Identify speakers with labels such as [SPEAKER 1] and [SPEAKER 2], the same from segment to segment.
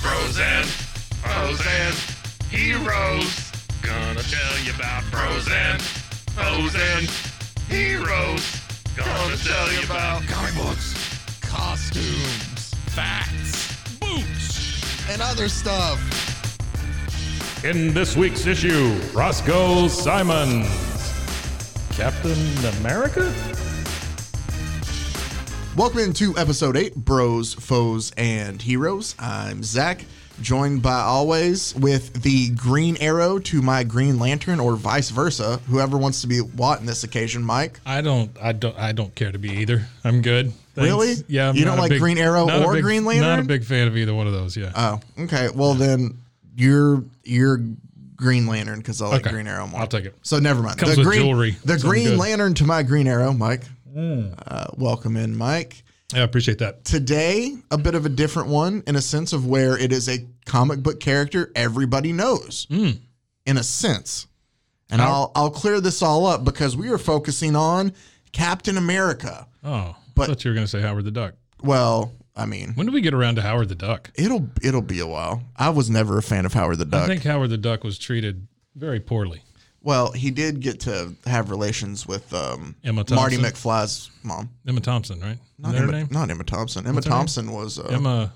[SPEAKER 1] Frozen, frozen, heroes. Gonna tell you about frozen, frozen, heroes. Gonna tell you about
[SPEAKER 2] comic books, costumes, facts, boots, and other stuff.
[SPEAKER 3] In this week's issue, Roscoe Simons, Captain America?
[SPEAKER 2] Welcome into episode eight, Bros, Foes, and Heroes. I'm Zach, joined by always with the Green Arrow to my Green Lantern, or vice versa. Whoever wants to be what in this occasion, Mike?
[SPEAKER 4] I don't. I don't. I don't care to be either. I'm good. Thanks.
[SPEAKER 2] Really?
[SPEAKER 4] Yeah. I'm
[SPEAKER 2] You don't
[SPEAKER 4] not a
[SPEAKER 2] like Green Arrow
[SPEAKER 4] not a
[SPEAKER 2] or
[SPEAKER 4] big-
[SPEAKER 2] Green
[SPEAKER 4] Not a
[SPEAKER 2] Lantern?
[SPEAKER 4] big fan of either one of those. Yeah.
[SPEAKER 2] Oh, okay. Well, then you're you're Green Lantern because I like
[SPEAKER 4] Okay.
[SPEAKER 2] Green Arrow more.
[SPEAKER 4] I'll take it.
[SPEAKER 2] So never mind.
[SPEAKER 4] Comes
[SPEAKER 2] the
[SPEAKER 4] with
[SPEAKER 2] green,
[SPEAKER 4] jewelry.
[SPEAKER 2] The
[SPEAKER 4] Sounds
[SPEAKER 2] Green
[SPEAKER 4] good.
[SPEAKER 2] Lantern to my Green Arrow, Mike. Uh, welcome in, Mike.
[SPEAKER 4] I appreciate that.
[SPEAKER 2] Today, a bit of a different one in a sense of where it is a comic book character everybody knows,
[SPEAKER 4] Hmm.
[SPEAKER 2] in a sense. And I'll I'll clear this all up because we are focusing on Captain America.
[SPEAKER 4] Oh,
[SPEAKER 2] But-
[SPEAKER 4] I thought you were going to say Howard the Duck.
[SPEAKER 2] Well, I mean,
[SPEAKER 4] When do we get around to Howard the Duck?
[SPEAKER 2] it'll it'll be a while. I was never a fan of Howard the Duck.
[SPEAKER 4] I think Howard the Duck was treated very poorly.
[SPEAKER 2] Well, he did get to have relations with um,
[SPEAKER 4] Emma
[SPEAKER 2] Marty
[SPEAKER 4] Thompson?
[SPEAKER 2] McFly's mom.
[SPEAKER 4] Emma Thompson, right?
[SPEAKER 2] Not
[SPEAKER 4] Is that her
[SPEAKER 2] Emma,
[SPEAKER 4] name?
[SPEAKER 2] not Emma Thompson. Emma
[SPEAKER 4] her name?
[SPEAKER 2] Thompson was uh,
[SPEAKER 4] Emma.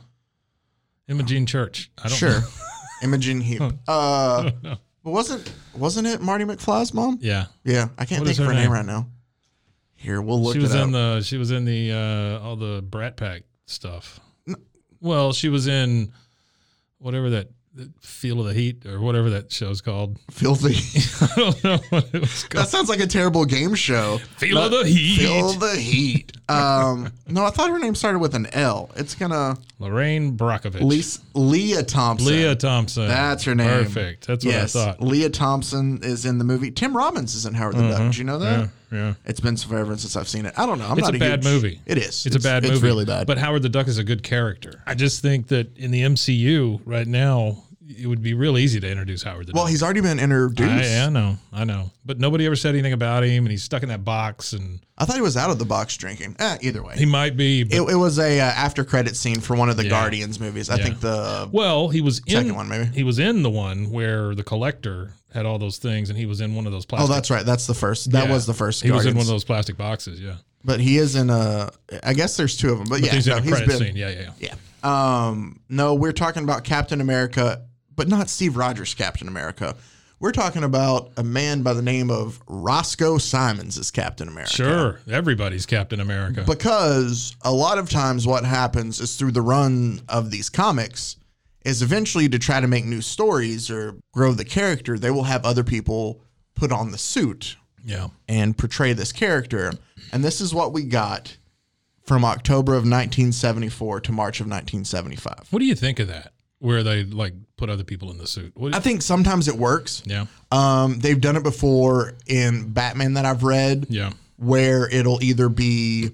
[SPEAKER 4] Emma Jean Church. I don't
[SPEAKER 2] sure.
[SPEAKER 4] know.
[SPEAKER 2] Imogen Heap. Uh, but wasn't wasn't it Marty McFly's mom?
[SPEAKER 4] Yeah.
[SPEAKER 2] Yeah, I can't
[SPEAKER 4] What
[SPEAKER 2] think
[SPEAKER 4] is
[SPEAKER 2] of her
[SPEAKER 4] her
[SPEAKER 2] name?
[SPEAKER 4] name?
[SPEAKER 2] right now. Here, we'll look
[SPEAKER 4] she was
[SPEAKER 2] it up.
[SPEAKER 4] in the she was in the uh all the brat pack stuff well she was in whatever that that feel of the heat or whatever that show's called
[SPEAKER 2] Filthy.
[SPEAKER 4] i don't know what it was called
[SPEAKER 2] that sounds like a terrible game show.
[SPEAKER 4] feel of the heat
[SPEAKER 2] Feel the heat. Um, no, I thought her name started with an L. It's gonna
[SPEAKER 4] lorraine brockovich
[SPEAKER 2] Lisa, Leah Thompson.
[SPEAKER 4] leah thompson
[SPEAKER 2] That's her name.
[SPEAKER 4] perfect that's what
[SPEAKER 2] yes.
[SPEAKER 4] i thought
[SPEAKER 2] Leah Thompson is in the movie. Tim Robbins is in Howard the Duck. Did you know that?
[SPEAKER 4] Mm-hmm. yeah yeah
[SPEAKER 2] It's been forever since I've seen it. I don't know. I'm
[SPEAKER 4] it's
[SPEAKER 2] not
[SPEAKER 4] a bad
[SPEAKER 2] huge-
[SPEAKER 4] movie.
[SPEAKER 2] It is.
[SPEAKER 4] It's, a bad movie.
[SPEAKER 2] It's really bad.
[SPEAKER 4] But Howard the Duck is a good character. I just think that in the MCU right now, it would be real easy to introduce Howard the Duck.
[SPEAKER 2] well, he's already been introduced.
[SPEAKER 4] I, I
[SPEAKER 2] I,
[SPEAKER 4] know, I know, but nobody ever said anything about him, and he's stuck in that box, and
[SPEAKER 2] thought he was out of the box drinking. Eh, either way,
[SPEAKER 4] he might be. But,
[SPEAKER 2] it, it was a uh, after credit scene for one of the
[SPEAKER 4] Yeah.
[SPEAKER 2] Guardians movies. I
[SPEAKER 4] Yeah.
[SPEAKER 2] think the
[SPEAKER 4] well, he was in
[SPEAKER 2] Second one, maybe.
[SPEAKER 4] He was in the one where the collector had all those things, and he was in one of those
[SPEAKER 2] oh,
[SPEAKER 4] plastic.
[SPEAKER 2] that's right. That's the first. That
[SPEAKER 4] Yeah.
[SPEAKER 2] was the first.
[SPEAKER 4] He
[SPEAKER 2] Guardians.
[SPEAKER 4] was in one of those plastic boxes. Yeah,
[SPEAKER 2] But he is in a. I guess there's two of them. But,
[SPEAKER 4] but
[SPEAKER 2] yeah,
[SPEAKER 4] he's
[SPEAKER 2] no,
[SPEAKER 4] in a
[SPEAKER 2] he's
[SPEAKER 4] credit
[SPEAKER 2] been.
[SPEAKER 4] scene. Yeah, yeah, yeah.
[SPEAKER 2] Yeah. Um, no, we're talking about Captain America, but not Steve Rogers Captain America. We're talking about a man by the name of Roscoe Simons as Captain America.
[SPEAKER 4] Sure, everybody's Captain America.
[SPEAKER 2] Because a lot of times what happens is through the run of these comics is eventually to try to make new stories or grow the character, they will have other people put on the suit
[SPEAKER 4] yeah,
[SPEAKER 2] and portray this character. And this is what we got from October of 1974 to March of 1975.
[SPEAKER 4] what do you think of that? Where they like put other people in the suit? What,
[SPEAKER 2] I think sometimes it works.
[SPEAKER 4] yeah,
[SPEAKER 2] Um, they've done it before in Batman that I've read,
[SPEAKER 4] yeah.
[SPEAKER 2] where it'll either be,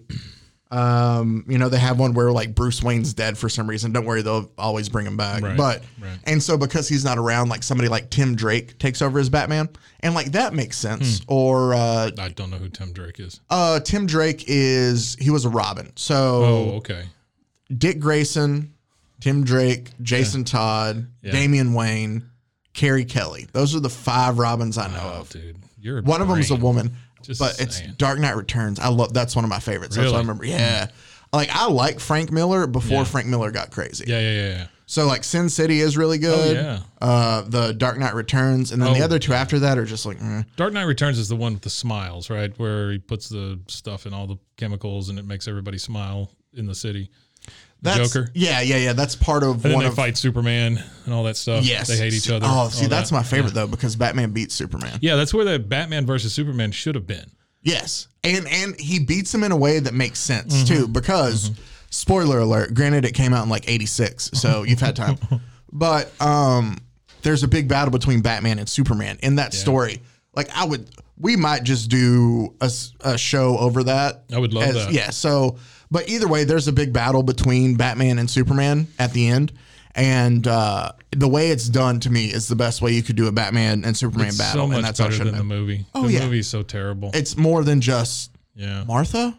[SPEAKER 2] um, you know, they have one where like Bruce Wayne's dead for some reason. Don't worry, they'll always bring him back.
[SPEAKER 4] Right,
[SPEAKER 2] but
[SPEAKER 4] right.
[SPEAKER 2] and so because he's not around, like somebody like Tim Drake takes over as Batman, and like that makes
[SPEAKER 4] Hmm.
[SPEAKER 2] sense. Or uh,
[SPEAKER 4] I don't know who Tim Drake is.
[SPEAKER 2] uh, Tim Drake is he was a Robin, so
[SPEAKER 4] Oh, okay.
[SPEAKER 2] Dick Grayson, Tim Drake, Jason Todd,
[SPEAKER 4] Yeah.
[SPEAKER 2] Damian Wayne, Carrie Kelly. Those are the five Robins I know
[SPEAKER 4] Oh,
[SPEAKER 2] of.
[SPEAKER 4] dude, you're a
[SPEAKER 2] Uh, One of them's a
[SPEAKER 4] brain.
[SPEAKER 2] woman.
[SPEAKER 4] Just
[SPEAKER 2] but it's
[SPEAKER 4] saying.
[SPEAKER 2] Dark Knight Returns. I love that's one of my favorites. That's
[SPEAKER 4] Really?
[SPEAKER 2] what
[SPEAKER 4] Hmm.
[SPEAKER 2] I remember. Yeah. Like I like Frank Miller before
[SPEAKER 4] Yeah.
[SPEAKER 2] Frank Miller got crazy.
[SPEAKER 4] yeah, yeah, yeah, yeah.
[SPEAKER 2] So like Sin City is really good.
[SPEAKER 4] yeah.
[SPEAKER 2] Uh, the Dark Knight Returns, and then the
[SPEAKER 4] Oh.
[SPEAKER 2] other two after that are just like mm.
[SPEAKER 4] Dark Knight Returns is the one with the smiles, right? Where he puts the stuff in all the chemicals and it makes everybody smile in the city. The
[SPEAKER 2] that's,
[SPEAKER 4] Joker.
[SPEAKER 2] Yeah, yeah, yeah. That's part of
[SPEAKER 4] And then
[SPEAKER 2] one
[SPEAKER 4] they
[SPEAKER 2] of
[SPEAKER 4] fight Superman and all that stuff.
[SPEAKER 2] yes.
[SPEAKER 4] They hate each
[SPEAKER 2] See-
[SPEAKER 4] other.
[SPEAKER 2] Oh, see,
[SPEAKER 4] all
[SPEAKER 2] that's
[SPEAKER 4] that.
[SPEAKER 2] my favorite though because Batman beats Superman.
[SPEAKER 4] Yeah, that's where the Batman versus Superman should have been.
[SPEAKER 2] Yes, and and he beats him in a way that makes sense
[SPEAKER 4] Mm-hmm.
[SPEAKER 2] too. Because spoiler alert, granted it came out in like '86, so you've had time. But um, there's a big battle between Batman and Superman in that story. Like I would, we might just do a, s- a show over that.
[SPEAKER 4] I would love that.
[SPEAKER 2] Yeah. So, but either way, there's a big battle between Batman and Superman at the end. And uh, the way it's done to me is the best way you could do a Batman and Superman
[SPEAKER 4] It's
[SPEAKER 2] battle,
[SPEAKER 4] so much
[SPEAKER 2] and that's how it
[SPEAKER 4] better
[SPEAKER 2] should
[SPEAKER 4] than the
[SPEAKER 2] have been.
[SPEAKER 4] movie.
[SPEAKER 2] Oh,
[SPEAKER 4] the
[SPEAKER 2] yeah.
[SPEAKER 4] movie's so terrible.
[SPEAKER 2] It's more than just
[SPEAKER 4] yeah,
[SPEAKER 2] Martha.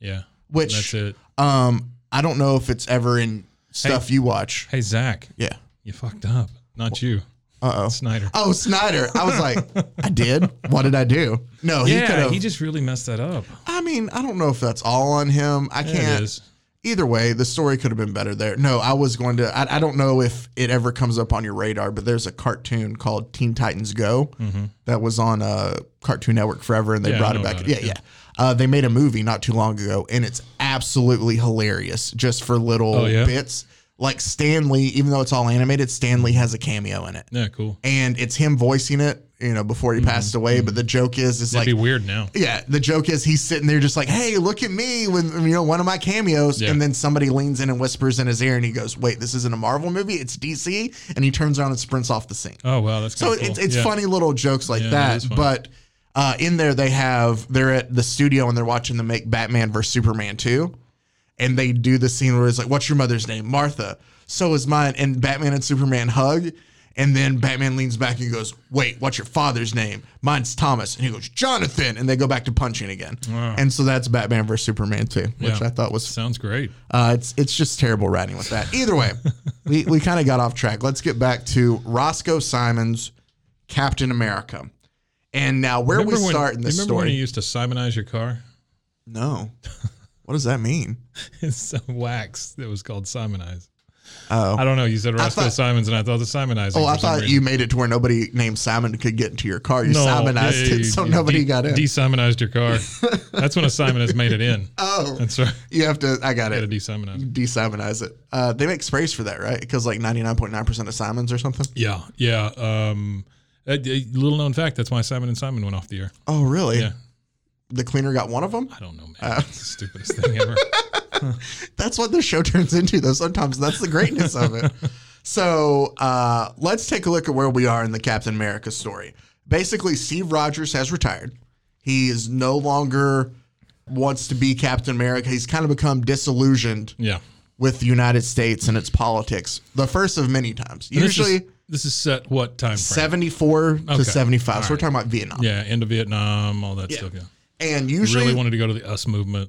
[SPEAKER 4] yeah.
[SPEAKER 2] Which
[SPEAKER 4] That's it.
[SPEAKER 2] Um, I don't know if it's ever in stuff you watch.
[SPEAKER 4] Hey Zach,
[SPEAKER 2] Yeah.
[SPEAKER 4] you fucked up. Not you. Uh oh, Snyder.
[SPEAKER 2] Oh, Snyder. I was like, I did. What did I do? No, he could
[SPEAKER 4] yeah,
[SPEAKER 2] have.
[SPEAKER 4] he just really messed that up.
[SPEAKER 2] I mean, I don't know if that's all on him. I
[SPEAKER 4] There it
[SPEAKER 2] can't.
[SPEAKER 4] is.
[SPEAKER 2] Either way, the story could have been better there. No, I was going to. I, I don't know if it ever comes up on your radar, but there's a cartoon called Teen Titans Go that was on uh, Cartoon Network forever, and they
[SPEAKER 4] Mm-hmm. Yeah, I
[SPEAKER 2] brought
[SPEAKER 4] know
[SPEAKER 2] it back.
[SPEAKER 4] about it,
[SPEAKER 2] yeah,
[SPEAKER 4] yeah.
[SPEAKER 2] yeah. Uh, they made a movie not too long ago, and it's absolutely hilarious just for little
[SPEAKER 4] Oh, yeah?
[SPEAKER 2] bits. Like Stanley, even though it's all animated, Stanley has a cameo in it,
[SPEAKER 4] Yeah, cool.
[SPEAKER 2] and it's him voicing it. You know, before he passed away. But the joke is, it's
[SPEAKER 4] Mm-hmm. That'd
[SPEAKER 2] like
[SPEAKER 4] be weird now.
[SPEAKER 2] yeah, the joke is he's sitting there just like, "Hey, look at me!" When you know one of my cameos,
[SPEAKER 4] Yeah.
[SPEAKER 2] and then somebody leans in and whispers in his ear, and he goes, "Wait, this isn't a Marvel movie; it's DC." And he turns around and sprints off the scene.
[SPEAKER 4] Oh wow, that's
[SPEAKER 2] so
[SPEAKER 4] kinda
[SPEAKER 2] it's
[SPEAKER 4] cool.
[SPEAKER 2] it's
[SPEAKER 4] Yeah.
[SPEAKER 2] funny little jokes like
[SPEAKER 4] Yeah, that
[SPEAKER 2] that.
[SPEAKER 4] is funny.
[SPEAKER 2] but uh, in there, they have they're at the studio and they're watching them make Batman versus Superman two, and they do the scene where it's like, "What's your mother's name?" Martha. So is mine. And Batman and Superman hug. And then Batman leans back and goes, "Wait, what's your father's name? Mine's Thomas." And he goes, "Jonathan." And they go back to punching again. And so that's Batman versus Superman too, which
[SPEAKER 4] Yeah.
[SPEAKER 2] I thought was
[SPEAKER 4] Sounds great.
[SPEAKER 2] uh, it's it's just terrible writing with that. Either way, we, we kind of got off track. Let's get back to Roscoe Simon's Captain America. And now where we
[SPEAKER 4] when,
[SPEAKER 2] start in
[SPEAKER 4] you
[SPEAKER 2] this
[SPEAKER 4] remember when
[SPEAKER 2] story?
[SPEAKER 4] you used to simonize your car?
[SPEAKER 2] no. What does that mean?
[SPEAKER 4] It's some wax that was called simonize.
[SPEAKER 2] Oh.
[SPEAKER 4] I don't know. You said Roscoe
[SPEAKER 2] thought-
[SPEAKER 4] Simons, and I thought the simonizing.
[SPEAKER 2] Oh, I
[SPEAKER 4] for some
[SPEAKER 2] thought
[SPEAKER 4] reason.
[SPEAKER 2] you made it to where nobody named Simon could get into your car. You Simonized
[SPEAKER 4] yeah,
[SPEAKER 2] it,
[SPEAKER 4] you-
[SPEAKER 2] so
[SPEAKER 4] you
[SPEAKER 2] nobody
[SPEAKER 4] de-
[SPEAKER 2] got in.
[SPEAKER 4] De-simonized your car. That's when a Simon has made it in.
[SPEAKER 2] oh,
[SPEAKER 4] That's right.
[SPEAKER 2] you have to. I got
[SPEAKER 4] Got to
[SPEAKER 2] it.
[SPEAKER 4] de-simonize.
[SPEAKER 2] Desimonize it. Uh, they make sprays for that, right? Because like ninety nine point nine percent of Simons or something.
[SPEAKER 4] Yeah, yeah. Um, a, a little known fact. That's why Simon and Simon went off the air.
[SPEAKER 2] Oh, really?
[SPEAKER 4] Yeah.
[SPEAKER 2] The cleaner got one of them.
[SPEAKER 4] I don't know, man.
[SPEAKER 2] Uh,
[SPEAKER 4] It's the stupidest thing ever.
[SPEAKER 2] that's what the show turns into though sometimes that's the greatness of it so uh, let's take a look at where we are in the captain america story basically steve rogers has retired he is no longer wants to be captain america he's kind of become disillusioned
[SPEAKER 4] Yeah.
[SPEAKER 2] with the united states and its politics the first of many times
[SPEAKER 4] And this
[SPEAKER 2] usually
[SPEAKER 4] is- this is, set what time frame?
[SPEAKER 2] 74
[SPEAKER 4] Okay.
[SPEAKER 2] to 75 so
[SPEAKER 4] All
[SPEAKER 2] we're
[SPEAKER 4] right.
[SPEAKER 2] talking about vietnam
[SPEAKER 4] Yeah, end of Vietnam, all that stuff. Yeah.
[SPEAKER 2] and usually
[SPEAKER 4] Really wanted to go to the US movement.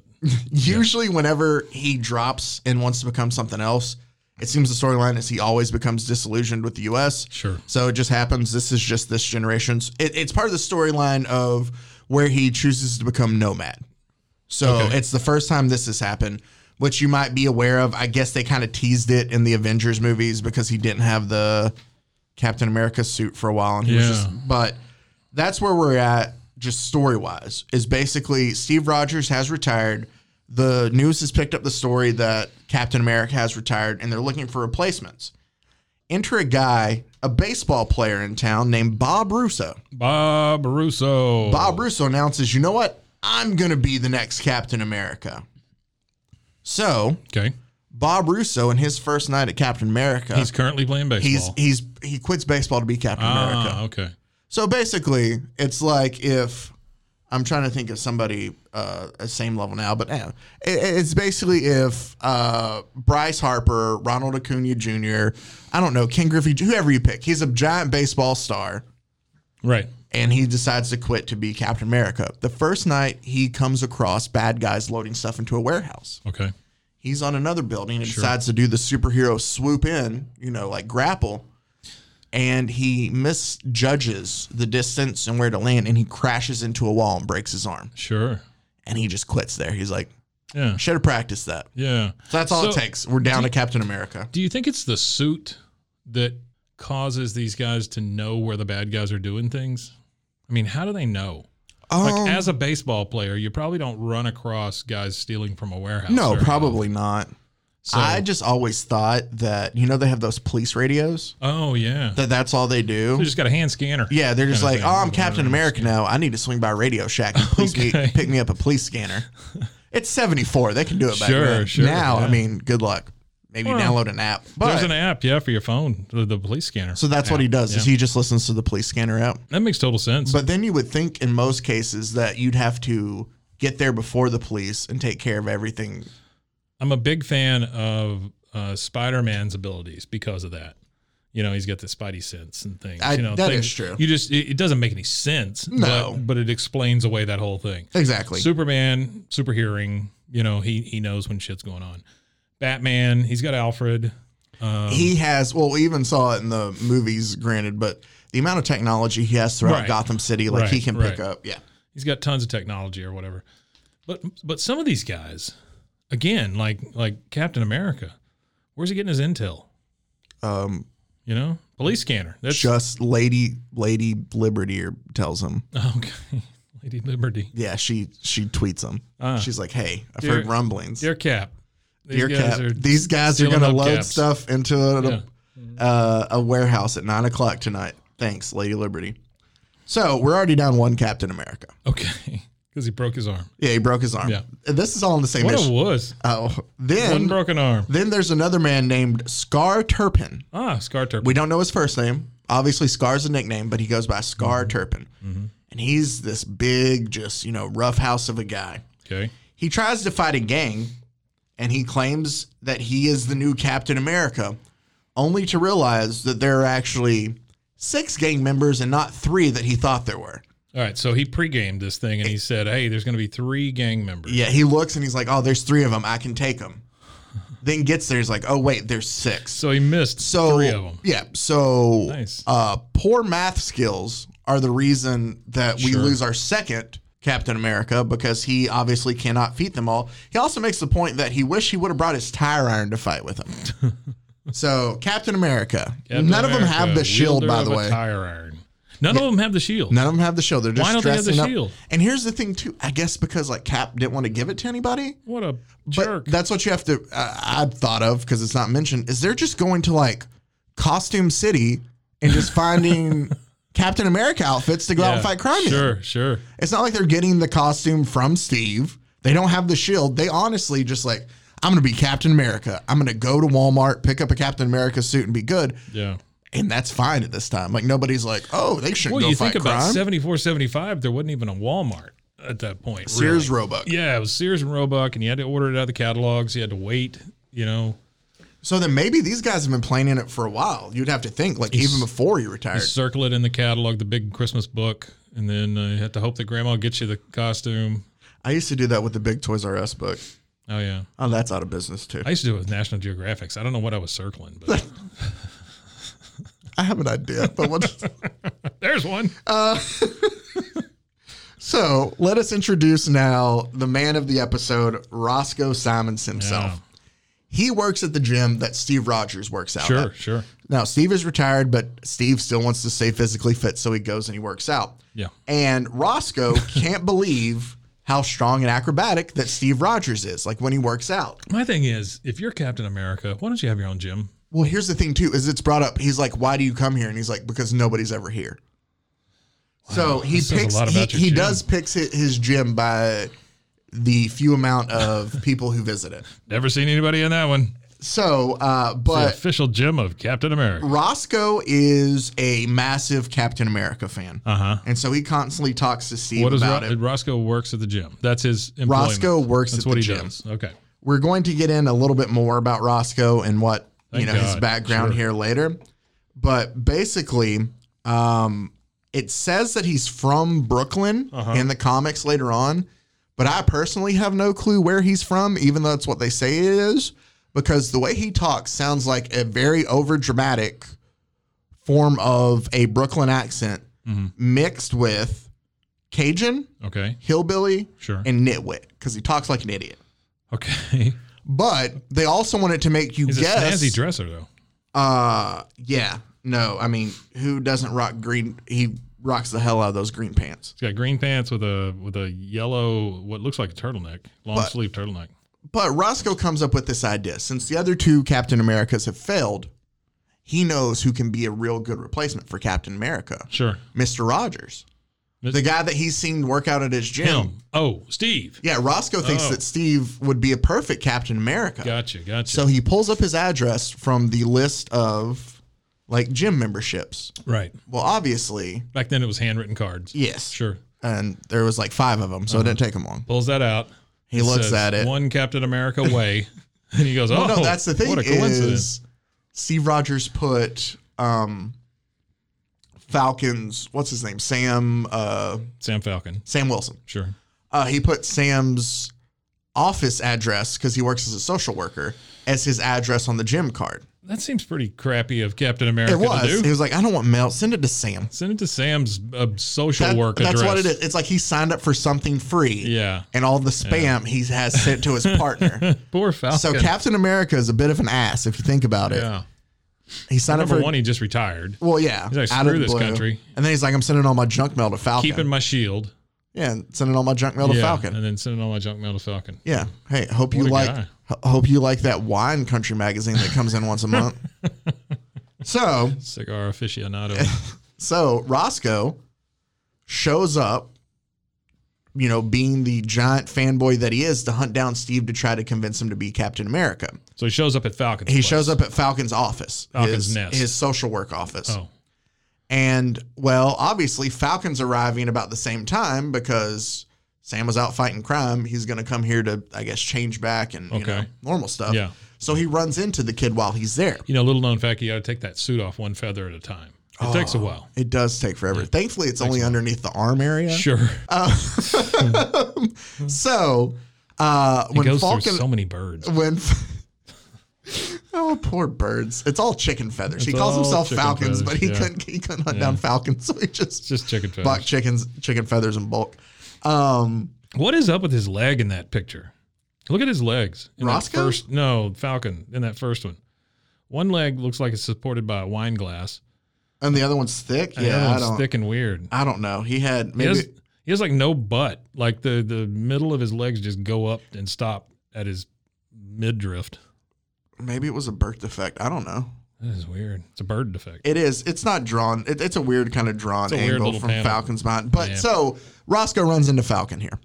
[SPEAKER 2] usually whenever he drops and wants to become something else it seems the storyline is he always becomes disillusioned with the us
[SPEAKER 4] Sure.
[SPEAKER 2] so it just happens this is just this generation's it, it's part of the storyline of where he chooses to become nomad so
[SPEAKER 4] Okay.
[SPEAKER 2] it's the first time this has happened which you might be aware of i guess they kind of teased it in the avengers movies because he didn't have the captain america suit for a while and he was
[SPEAKER 4] Yeah.
[SPEAKER 2] just but that's where we're at just story wise is basically steve rogers has retired the news has picked up the story that captain america has retired and they're looking for replacements enter a guy a baseball player in town named bob russo
[SPEAKER 4] Bob Russo.
[SPEAKER 2] bob russo announces you know what i'm going to be the next captain america so
[SPEAKER 4] Okay.
[SPEAKER 2] bob russo in his first night at captain america
[SPEAKER 4] He's currently playing
[SPEAKER 2] he's
[SPEAKER 4] baseball.
[SPEAKER 2] he's he quits baseball to be captain america
[SPEAKER 4] ah, okay.
[SPEAKER 2] so basically, it's like if I'm trying to think of somebody uh, at same level now, but eh, it, it's basically if uh, Bryce Harper, Ronald Acuna Jr., I don't know, Ken Griffey, whoever you pick, he's a giant baseball star,
[SPEAKER 4] Right.
[SPEAKER 2] and he decides to quit to be Captain America. The first night, he comes across bad guys loading stuff into a warehouse.
[SPEAKER 4] Okay.
[SPEAKER 2] He's on another building and decides to do the superhero swoop in, you know, like grapple. and he misjudges the distance and where to land, and he crashes into a wall and breaks his arm,
[SPEAKER 4] Sure.
[SPEAKER 2] and he just quits there. He's like,
[SPEAKER 4] Yeah.
[SPEAKER 2] should have practiced that.
[SPEAKER 4] Yeah.
[SPEAKER 2] So that's all it
[SPEAKER 4] So,
[SPEAKER 2] takes. We're down to Captain America.
[SPEAKER 4] Do you think it's the suit that causes these guys to know where the bad guys are doing things? I mean, how do they know? Like,
[SPEAKER 2] Um,
[SPEAKER 4] as a baseball player, you probably don't run across guys stealing from a warehouse.
[SPEAKER 2] no,
[SPEAKER 4] very
[SPEAKER 2] probably not.
[SPEAKER 4] So-
[SPEAKER 2] I just always thought that you know they have those police radios
[SPEAKER 4] often. Oh yeah,
[SPEAKER 2] that that's all they do.
[SPEAKER 4] they just got a hand scanner.
[SPEAKER 2] Yeah, they're just
[SPEAKER 4] Kinda
[SPEAKER 2] like,
[SPEAKER 4] thing.
[SPEAKER 2] oh, I'm Captain America now. I need to swing by Radio Shack and please
[SPEAKER 4] Okay.
[SPEAKER 2] me, pick me up a police scanner. It's 74. They can do it back
[SPEAKER 4] Sure,
[SPEAKER 2] then.
[SPEAKER 4] sure,
[SPEAKER 2] Now,
[SPEAKER 4] yeah.
[SPEAKER 2] I mean, good luck. Maybe
[SPEAKER 4] Well,
[SPEAKER 2] download an app. But
[SPEAKER 4] There's an app, yeah, for your phone, the, the police scanner.
[SPEAKER 2] so that's what he does is he just listens to the police scanner app.
[SPEAKER 4] that makes total sense.
[SPEAKER 2] But then you would think in most cases that you'd have to get there before the police and take care of everything.
[SPEAKER 4] I'm a big fan of uh, Spider-Man's abilities because of that. You know, he's got the Spidey sense and things.
[SPEAKER 2] I-
[SPEAKER 4] you know,
[SPEAKER 2] that
[SPEAKER 4] things-
[SPEAKER 2] is true.
[SPEAKER 4] You just it, it doesn't make any sense.
[SPEAKER 2] No.
[SPEAKER 4] but, but it explains away that whole thing.
[SPEAKER 2] Exactly.
[SPEAKER 4] Superman, super hearing. You know, he he knows when shit's going on. Batman, he's got Alfred. Um,
[SPEAKER 2] he has well we even saw it in the movies granted but the amount of technology he has throughout
[SPEAKER 4] Right.
[SPEAKER 2] gotham city like he
[SPEAKER 4] Right,
[SPEAKER 2] can pick
[SPEAKER 4] right.
[SPEAKER 2] up yeah
[SPEAKER 4] he's got tons of technology or whatever. But but some of these guys, again, like like Captain America, where's he getting his intel?
[SPEAKER 2] um
[SPEAKER 4] You know, police scanner. That's
[SPEAKER 2] just lady lady liberty or tells him
[SPEAKER 4] okay. Lady Liberty.
[SPEAKER 2] yeah she she tweets him she's like hey i've
[SPEAKER 4] Uh, Dear-
[SPEAKER 2] heard rumblings
[SPEAKER 4] Dear Cap. These
[SPEAKER 2] Dear Cap, these guys are
[SPEAKER 4] stealing
[SPEAKER 2] gonna load
[SPEAKER 4] hubcaps.
[SPEAKER 2] stuff into a, uh, a warehouse at nine o'clock tonight thanks lady liberty so we're already down one captain america
[SPEAKER 4] okay, because he broke his arm.
[SPEAKER 2] yeah he broke his arm
[SPEAKER 4] Yeah.
[SPEAKER 2] this is all in the same
[SPEAKER 4] What a
[SPEAKER 2] issue
[SPEAKER 4] wuss!
[SPEAKER 2] oh
[SPEAKER 4] One
[SPEAKER 2] then
[SPEAKER 4] broken arm.
[SPEAKER 2] then there's another man named scar turpin
[SPEAKER 4] Ah, Scar Turpin.
[SPEAKER 2] We don't know his first name. Obviously, Scar's a nickname, but he goes by Scar Turpin. And he's this big, just, you know, rough house of a guy.
[SPEAKER 4] Okay.
[SPEAKER 2] He tries to fight a gang and he claims that he is the new Captain America, only to realize that there are actually six gang members and not three that he thought there were.
[SPEAKER 4] All right. So he pre-gamed this thing and he said, "Hey, there's going to be three gang members."
[SPEAKER 2] Yeah, he looks and he's like, oh, there's three of them. I can take them. then gets there. He's like, oh, wait, there's six.
[SPEAKER 4] So he missed
[SPEAKER 2] So
[SPEAKER 4] three of them.
[SPEAKER 2] Yeah. So
[SPEAKER 4] Nice.
[SPEAKER 2] uh, poor math skills are the reason that we
[SPEAKER 4] Sure.
[SPEAKER 2] lose our second Captain America because he obviously cannot feed them all. He also makes the point that he wished he would have brought his tire iron to fight with him. so Captain America,
[SPEAKER 4] Captain
[SPEAKER 2] none of them
[SPEAKER 4] America,
[SPEAKER 2] have the shield,
[SPEAKER 4] wielder
[SPEAKER 2] by
[SPEAKER 4] of
[SPEAKER 2] the
[SPEAKER 4] a
[SPEAKER 2] way.
[SPEAKER 4] Tire iron. None of them have the shield.
[SPEAKER 2] None of them have the shield. They're just
[SPEAKER 4] Why don't they have the
[SPEAKER 2] dressing up.
[SPEAKER 4] shield?
[SPEAKER 2] And here's the thing too. I guess because like Cap didn't want to give it to anybody.
[SPEAKER 4] What a
[SPEAKER 2] But
[SPEAKER 4] jerk!
[SPEAKER 2] that's what you have to. Uh, I've thought of because it's not mentioned. Is they're just going to like Costume City and just finding Captain America outfits to go out
[SPEAKER 4] Yeah,
[SPEAKER 2] and fight crime? in.
[SPEAKER 4] Sure, sure.
[SPEAKER 2] It's not like they're getting the costume from Steve. They don't have the shield. They honestly just like, I'm going to be Captain America. I'm going to go to Walmart, pick up a Captain America suit, and be good.
[SPEAKER 4] Yeah.
[SPEAKER 2] And that's fine at this time. Like nobody's like, oh, they should
[SPEAKER 4] Well,
[SPEAKER 2] go
[SPEAKER 4] you
[SPEAKER 2] fight
[SPEAKER 4] think about
[SPEAKER 2] crime.
[SPEAKER 4] 74, 75, There wasn't even a Walmart at that point.
[SPEAKER 2] Sears
[SPEAKER 4] really.
[SPEAKER 2] Roebuck.
[SPEAKER 4] Yeah, it was Sears and Roebuck, and you had to order it out of the catalogs. You had to wait. You know,
[SPEAKER 2] So then maybe these guys have been playing in it for a while. You'd have to think like even before he retired.
[SPEAKER 4] circle it in the catalog, the big Christmas book, and then uh, you had to hope that Grandma gets you the costume.
[SPEAKER 2] I used to do that with the big Toys R Us book.
[SPEAKER 4] Oh yeah,
[SPEAKER 2] Oh, that's out of business too.
[SPEAKER 4] I used to do it with National Geographics. I don't know what I was circling, but
[SPEAKER 2] I have an idea, but what?
[SPEAKER 4] there's one.
[SPEAKER 2] Uh, so let us introduce now the man of the episode, Roscoe Simons himself.
[SPEAKER 4] Yeah.
[SPEAKER 2] He works at the gym that Steve Rogers works out.
[SPEAKER 4] Sure,
[SPEAKER 2] at.
[SPEAKER 4] sure.
[SPEAKER 2] Now Steve is retired, but Steve still wants to stay physically fit, so he goes and he works out.
[SPEAKER 4] Yeah.
[SPEAKER 2] And Roscoe can't believe how strong and acrobatic that Steve Rogers is. Like when he works out.
[SPEAKER 4] My thing is, if you're Captain America, why don't you have your own gym?
[SPEAKER 2] Well, here's the thing too: is it's brought up. He's like, "Why do you come here?" And he's like, "Because nobody's ever here." so he
[SPEAKER 4] says a
[SPEAKER 2] picks.
[SPEAKER 4] lot
[SPEAKER 2] He,
[SPEAKER 4] about your
[SPEAKER 2] he
[SPEAKER 4] gym.
[SPEAKER 2] does picks hi- his gym by the few amount of people who visit it.
[SPEAKER 4] Never seen anybody in that one.
[SPEAKER 2] So, uh,
[SPEAKER 4] The
[SPEAKER 2] but
[SPEAKER 4] official gym of Captain America.
[SPEAKER 2] Roscoe is a massive Captain America fan,
[SPEAKER 4] Uh huh.
[SPEAKER 2] and so he constantly talks to Steve
[SPEAKER 4] What is
[SPEAKER 2] about
[SPEAKER 4] Ro-
[SPEAKER 2] it.
[SPEAKER 4] Roscoe works at the gym? That's his. Employment.
[SPEAKER 2] Roscoe works
[SPEAKER 4] That's
[SPEAKER 2] at
[SPEAKER 4] what
[SPEAKER 2] the
[SPEAKER 4] he
[SPEAKER 2] gym.
[SPEAKER 4] does. Okay.
[SPEAKER 2] We're going to get in a little bit more about Roscoe and what
[SPEAKER 4] Thank
[SPEAKER 2] you know his
[SPEAKER 4] God.
[SPEAKER 2] background
[SPEAKER 4] Sure.
[SPEAKER 2] here later. But basically, um, it says that he's from Brooklyn
[SPEAKER 4] Uh-huh.
[SPEAKER 2] in the comics later on, but I personally have no clue where he's from, even though that's what they say it is, because the way he talks sounds like a very overdramatic form of a Brooklyn accent
[SPEAKER 4] Mm-hmm.
[SPEAKER 2] mixed with Cajun,
[SPEAKER 4] Okay.
[SPEAKER 2] hillbilly,
[SPEAKER 4] Sure.
[SPEAKER 2] and nitwit because he talks like an idiot.
[SPEAKER 4] Okay.
[SPEAKER 2] But they also wanted to make you
[SPEAKER 4] He's
[SPEAKER 2] guess.
[SPEAKER 4] a snazzy dresser though.
[SPEAKER 2] uh, yeah, no, I mean, who doesn't rock green? He rocks the hell out of those green pants.
[SPEAKER 4] He's got green pants with a with a yellow what looks like a turtleneck, long
[SPEAKER 2] But-
[SPEAKER 4] sleeve turtleneck.
[SPEAKER 2] But Roscoe comes up with this idea. Since the other two Captain Americas have failed, he knows who can be a real good replacement for Captain America.
[SPEAKER 4] Sure.
[SPEAKER 2] Mr. Rogers.
[SPEAKER 4] Mis-
[SPEAKER 2] The guy that he's seen work out at his gym.
[SPEAKER 4] Him. Oh, Steve.
[SPEAKER 2] Yeah, Roscoe thinks
[SPEAKER 4] Oh.
[SPEAKER 2] that Steve would be a perfect Captain America.
[SPEAKER 4] Gotcha. Gotcha.
[SPEAKER 2] So he pulls up his address from the list of like gym memberships.
[SPEAKER 4] right.
[SPEAKER 2] Well, obviously,
[SPEAKER 4] Back then it was handwritten cards.
[SPEAKER 2] yes.
[SPEAKER 4] Sure.
[SPEAKER 2] And there was like five of them, so it didn't
[SPEAKER 4] Uh-huh.
[SPEAKER 2] take him long.
[SPEAKER 4] Pulls that out.
[SPEAKER 2] He looks
[SPEAKER 4] says,
[SPEAKER 2] at it.
[SPEAKER 4] One Captain America way. and he goes, Oh,
[SPEAKER 2] Well, no, that's the thing
[SPEAKER 4] What a coincidence.
[SPEAKER 2] is Steve Rogers put um, Falcons. What's his name? Sam uh,
[SPEAKER 4] Sam Falcon.
[SPEAKER 2] Sam Wilson.
[SPEAKER 4] Sure.
[SPEAKER 2] Uh, he put Sam's office address because he works as a social worker as his address on the gym card.
[SPEAKER 4] That seems pretty crappy of Captain America
[SPEAKER 2] It was.
[SPEAKER 4] to
[SPEAKER 2] He
[SPEAKER 4] do.
[SPEAKER 2] was like, I don't want mail. Send it to Sam.
[SPEAKER 4] Send it to Sam's uh, social
[SPEAKER 2] That-
[SPEAKER 4] work
[SPEAKER 2] that's
[SPEAKER 4] address.
[SPEAKER 2] what it is. It's like he signed up for something free.
[SPEAKER 4] Yeah.
[SPEAKER 2] And all the spam he has sent to his partner.
[SPEAKER 4] Poor Falcon.
[SPEAKER 2] so Captain America is a bit of an ass if you think about it.
[SPEAKER 4] Yeah.
[SPEAKER 2] He signed up
[SPEAKER 4] Number
[SPEAKER 2] for
[SPEAKER 4] one, he just retired.
[SPEAKER 2] Well, yeah.
[SPEAKER 4] He's like,
[SPEAKER 2] out of
[SPEAKER 4] "Screw
[SPEAKER 2] the
[SPEAKER 4] this
[SPEAKER 2] blue."
[SPEAKER 4] country.
[SPEAKER 2] And then he's like, I'm sending all my junk mail to Falcon.
[SPEAKER 4] Keeping my shield.
[SPEAKER 2] yeah, and sending all my junk mail to
[SPEAKER 4] yeah,
[SPEAKER 2] Falcon.
[SPEAKER 4] And then sending all my junk mail to Falcon.
[SPEAKER 2] Yeah. Hey, hope you
[SPEAKER 4] What a
[SPEAKER 2] like
[SPEAKER 4] guy.
[SPEAKER 2] ho- hope you like that wine country magazine that comes in once a month. So
[SPEAKER 4] Cigar aficionado.
[SPEAKER 2] so Roscoe shows up, you know, being the giant fanboy that he is to hunt down Steve to try to convince him to be Captain America.
[SPEAKER 4] so he shows up at Falcon's.
[SPEAKER 2] He
[SPEAKER 4] place.
[SPEAKER 2] shows up at Falcon's office.
[SPEAKER 4] Falcon's
[SPEAKER 2] his,
[SPEAKER 4] nest.
[SPEAKER 2] his social work office.
[SPEAKER 4] Oh,
[SPEAKER 2] And well, obviously, Falcon's arriving about the same time because Sam was out fighting crime. He's going to come here to, I guess, change back and you
[SPEAKER 4] Okay.
[SPEAKER 2] know, normal stuff.
[SPEAKER 4] Yeah.
[SPEAKER 2] So he runs into the kid while he's there.
[SPEAKER 4] you know, little known fact, you got to take that suit off one feather at a time. It takes
[SPEAKER 2] Oh.
[SPEAKER 4] a while.
[SPEAKER 2] It does take forever. Thankfully, it's only underneath the arm area.
[SPEAKER 4] Sure.
[SPEAKER 2] So uh,
[SPEAKER 4] He
[SPEAKER 2] when
[SPEAKER 4] goes
[SPEAKER 2] Falcon,
[SPEAKER 4] through so many birds.
[SPEAKER 2] when oh poor birds, it's all chicken feathers. he
[SPEAKER 4] It's
[SPEAKER 2] calls
[SPEAKER 4] all
[SPEAKER 2] himself
[SPEAKER 4] chicken feathers,
[SPEAKER 2] Falcons, but he
[SPEAKER 4] yeah.
[SPEAKER 2] couldn't he couldn't hunt down Falcons, so he
[SPEAKER 4] It's
[SPEAKER 2] just,
[SPEAKER 4] just chicken feathers.
[SPEAKER 2] bought chickens, chicken feathers in bulk. Um,
[SPEAKER 4] What is up with his leg in that picture? Look at his legs. In that
[SPEAKER 2] Roscoe?
[SPEAKER 4] First, no, Falcon in that first one. One leg looks like it's supported by a wine glass.
[SPEAKER 2] and the other one's thick.
[SPEAKER 4] And yeah,
[SPEAKER 2] Yeah, I
[SPEAKER 4] one's
[SPEAKER 2] don't.
[SPEAKER 4] thick and weird.
[SPEAKER 2] I don't know. He had
[SPEAKER 4] He
[SPEAKER 2] maybe
[SPEAKER 4] has, he has like no butt. Like the the middle of his legs just go up and stop at his midriff.
[SPEAKER 2] maybe it was a birth defect. I don't know.
[SPEAKER 4] That is weird. It's a bird defect.
[SPEAKER 2] It is. It's not drawn. It, it's a weird kind of drawn
[SPEAKER 4] It's a weird
[SPEAKER 2] angle
[SPEAKER 4] little
[SPEAKER 2] from
[SPEAKER 4] panel.
[SPEAKER 2] Falcon's mind. But
[SPEAKER 4] Yeah.
[SPEAKER 2] so Roscoe runs into Falcon here,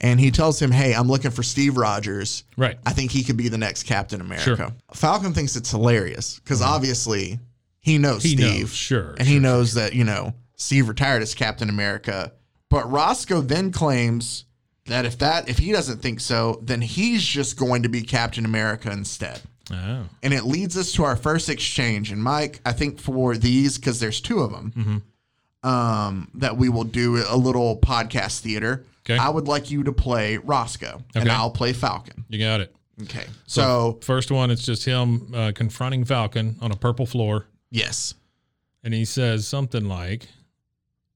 [SPEAKER 2] and he tells him, "Hey, I'm looking for Steve Rogers.
[SPEAKER 4] Right.
[SPEAKER 2] I think he could be the next Captain America."
[SPEAKER 4] Sure. Mm-hmm.
[SPEAKER 2] Falcon thinks it's hilarious because obviously he knows
[SPEAKER 4] He
[SPEAKER 2] Steve,
[SPEAKER 4] knows, sure,
[SPEAKER 2] and he knows that you know Steve retired as Captain America. But Roscoe then claims that if that if he doesn't think so, then he's just going to be Captain America instead.
[SPEAKER 4] Oh.
[SPEAKER 2] And it leads us to our first exchange. And Mike, I think for these, because there's two of them,
[SPEAKER 4] Mm-hmm.
[SPEAKER 2] um, that we will do a little podcast theater.
[SPEAKER 4] Okay.
[SPEAKER 2] I would like you to play Roscoe, and
[SPEAKER 4] Okay.
[SPEAKER 2] I'll play Falcon.
[SPEAKER 4] You got it.
[SPEAKER 2] Okay. So,
[SPEAKER 4] First one, it's just him uh, confronting Falcon on a purple floor,
[SPEAKER 2] yes.
[SPEAKER 4] and he says something like,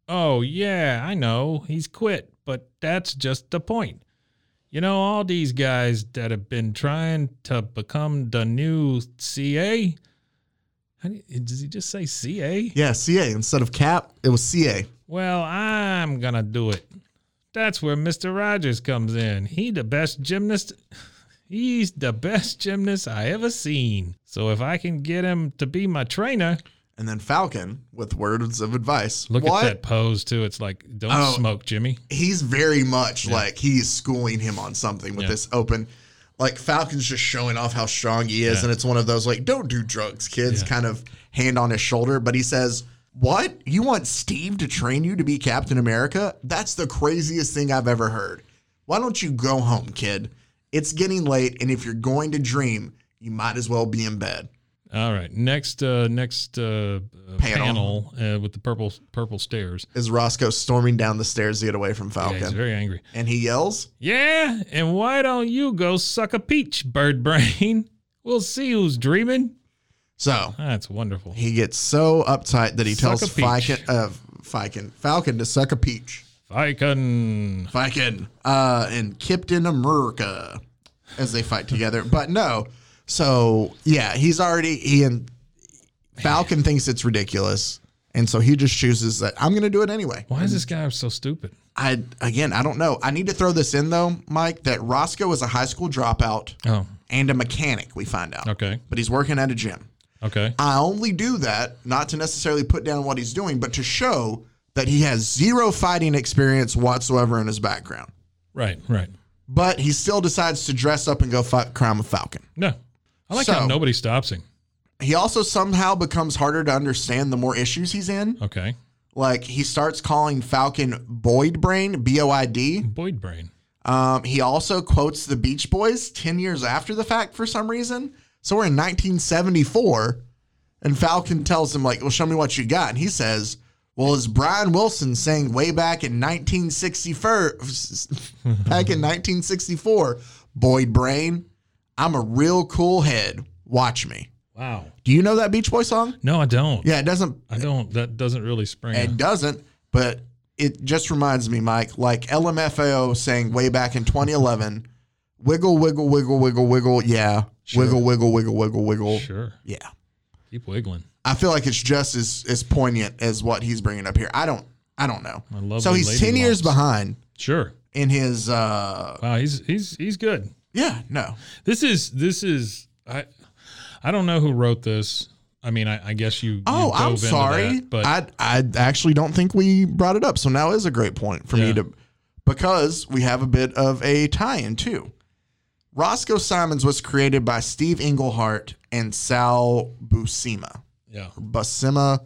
[SPEAKER 4] "Oh yeah, I know he's quit, but that's just the point. You know, all these guys that have been trying to become the new CA. How do you- does he just say CA?
[SPEAKER 2] Yeah, CA. Instead of Cap, it was CA.
[SPEAKER 4] Well, I'm gonna do it. That's where Mister Rogers comes in. He the best gymnast. He's the best gymnast I ever seen. So if I can get him to be my trainer,
[SPEAKER 2] And then Falcon with words of advice.
[SPEAKER 4] look at that pose too. It's like don't
[SPEAKER 2] Oh.
[SPEAKER 4] smoke, Jimmy.
[SPEAKER 2] He's very much like he's schooling him on something with
[SPEAKER 4] Yeah.
[SPEAKER 2] this open. Like Falcon's just showing off how strong he is,
[SPEAKER 4] Yeah.
[SPEAKER 2] and it's one of those like, "Don't do drugs, kids."
[SPEAKER 4] Yeah.
[SPEAKER 2] Kind of hand on his shoulder, but he says, "What? You want Steve to train you to be Captain America? That's the craziest thing I've ever heard. Why don't you go home, kid? It's getting late, and if you're going to dream, you might as well be in bed."
[SPEAKER 4] All right, next uh, next uh, uh,
[SPEAKER 2] Panel.
[SPEAKER 4] panel, uh, with the purple purple stairs.
[SPEAKER 2] Is Roscoe storming down the stairs to get away from
[SPEAKER 4] Yeah, he's
[SPEAKER 2] Falcon,
[SPEAKER 4] very angry.
[SPEAKER 2] and he yells,
[SPEAKER 4] Yeah, and why don't you go suck a peach, bird brain? We'll see who's dreaming.
[SPEAKER 2] So
[SPEAKER 4] That's wonderful.
[SPEAKER 2] he gets so uptight that he
[SPEAKER 4] Suck
[SPEAKER 2] tells
[SPEAKER 4] a peach.
[SPEAKER 2] Falcon, uh, Falcon, Falcon to suck a peach.
[SPEAKER 4] Falcon.
[SPEAKER 2] Falcon uh, and Captain America as they fight together. But no, so yeah, he's already he and Falcon thinks it's ridiculous, and so he just chooses that I'm going to do it anyway.
[SPEAKER 4] Why is this guy so stupid?
[SPEAKER 2] I again, I don't know. I need to throw this in though, Mike, that Roscoe is a high school dropout
[SPEAKER 4] Oh,
[SPEAKER 2] and a mechanic. We find out,
[SPEAKER 4] okay.
[SPEAKER 2] but he's working at a gym.
[SPEAKER 4] Okay.
[SPEAKER 2] I only do that not to necessarily put down what he's doing, but to show that he has zero fighting experience whatsoever in his background.
[SPEAKER 4] Right, right.
[SPEAKER 2] But he still decides to dress up and go fight crime with Falcon.
[SPEAKER 4] No. I like how
[SPEAKER 2] So-
[SPEAKER 4] nobody stops him.
[SPEAKER 2] He also somehow becomes harder to understand the more issues he's in.
[SPEAKER 4] Okay.
[SPEAKER 2] Like he starts calling Falcon Boyd Brain, B O I D.
[SPEAKER 4] Boyd brain.
[SPEAKER 2] Um, he also quotes the Beach Boys 10 years after the fact for some reason. So we're in 1974, and Falcon tells him, like, well, show me what you got. And he says, well, as Brian Wilson sang way back in 1964, back in 1964, Boyd Brain, I'm a real cool head. Watch me.
[SPEAKER 4] Wow.
[SPEAKER 2] Do you know that Beach Boy song?
[SPEAKER 4] No, I don't.
[SPEAKER 2] Yeah, it doesn't
[SPEAKER 4] I don't. That doesn't really spring.
[SPEAKER 2] it doesn't, but it just reminds me, Mike, like LMFAO saying way back in 2011, wiggle, wiggle, wiggle, wiggle, wiggle, yeah, wiggle, wiggle, wiggle, wiggle, wiggle,
[SPEAKER 4] Sure.
[SPEAKER 2] yeah.
[SPEAKER 4] Keep wiggling.
[SPEAKER 2] I feel like it's just as as poignant as what he's bringing up here. I don't, I don't know.
[SPEAKER 4] My lovely
[SPEAKER 2] so he's
[SPEAKER 4] lady
[SPEAKER 2] 10 years
[SPEAKER 4] lumps.
[SPEAKER 2] behind
[SPEAKER 4] Sure.
[SPEAKER 2] in his, uh
[SPEAKER 4] Wow, he's he's he's good.
[SPEAKER 2] yeah, no,
[SPEAKER 4] This is this is I I don't know who wrote this. I mean, I, I guess you. you
[SPEAKER 2] Oh, I'm
[SPEAKER 4] dove into
[SPEAKER 2] sorry.
[SPEAKER 4] that, but
[SPEAKER 2] I I actually don't think we brought it up. So now is a great point for
[SPEAKER 4] Yeah.
[SPEAKER 2] me to because we have a bit of a tie-in too. Roscoe Simons was created by Steve Englehart and Sal Buscema.
[SPEAKER 4] yeah.
[SPEAKER 2] Buscema,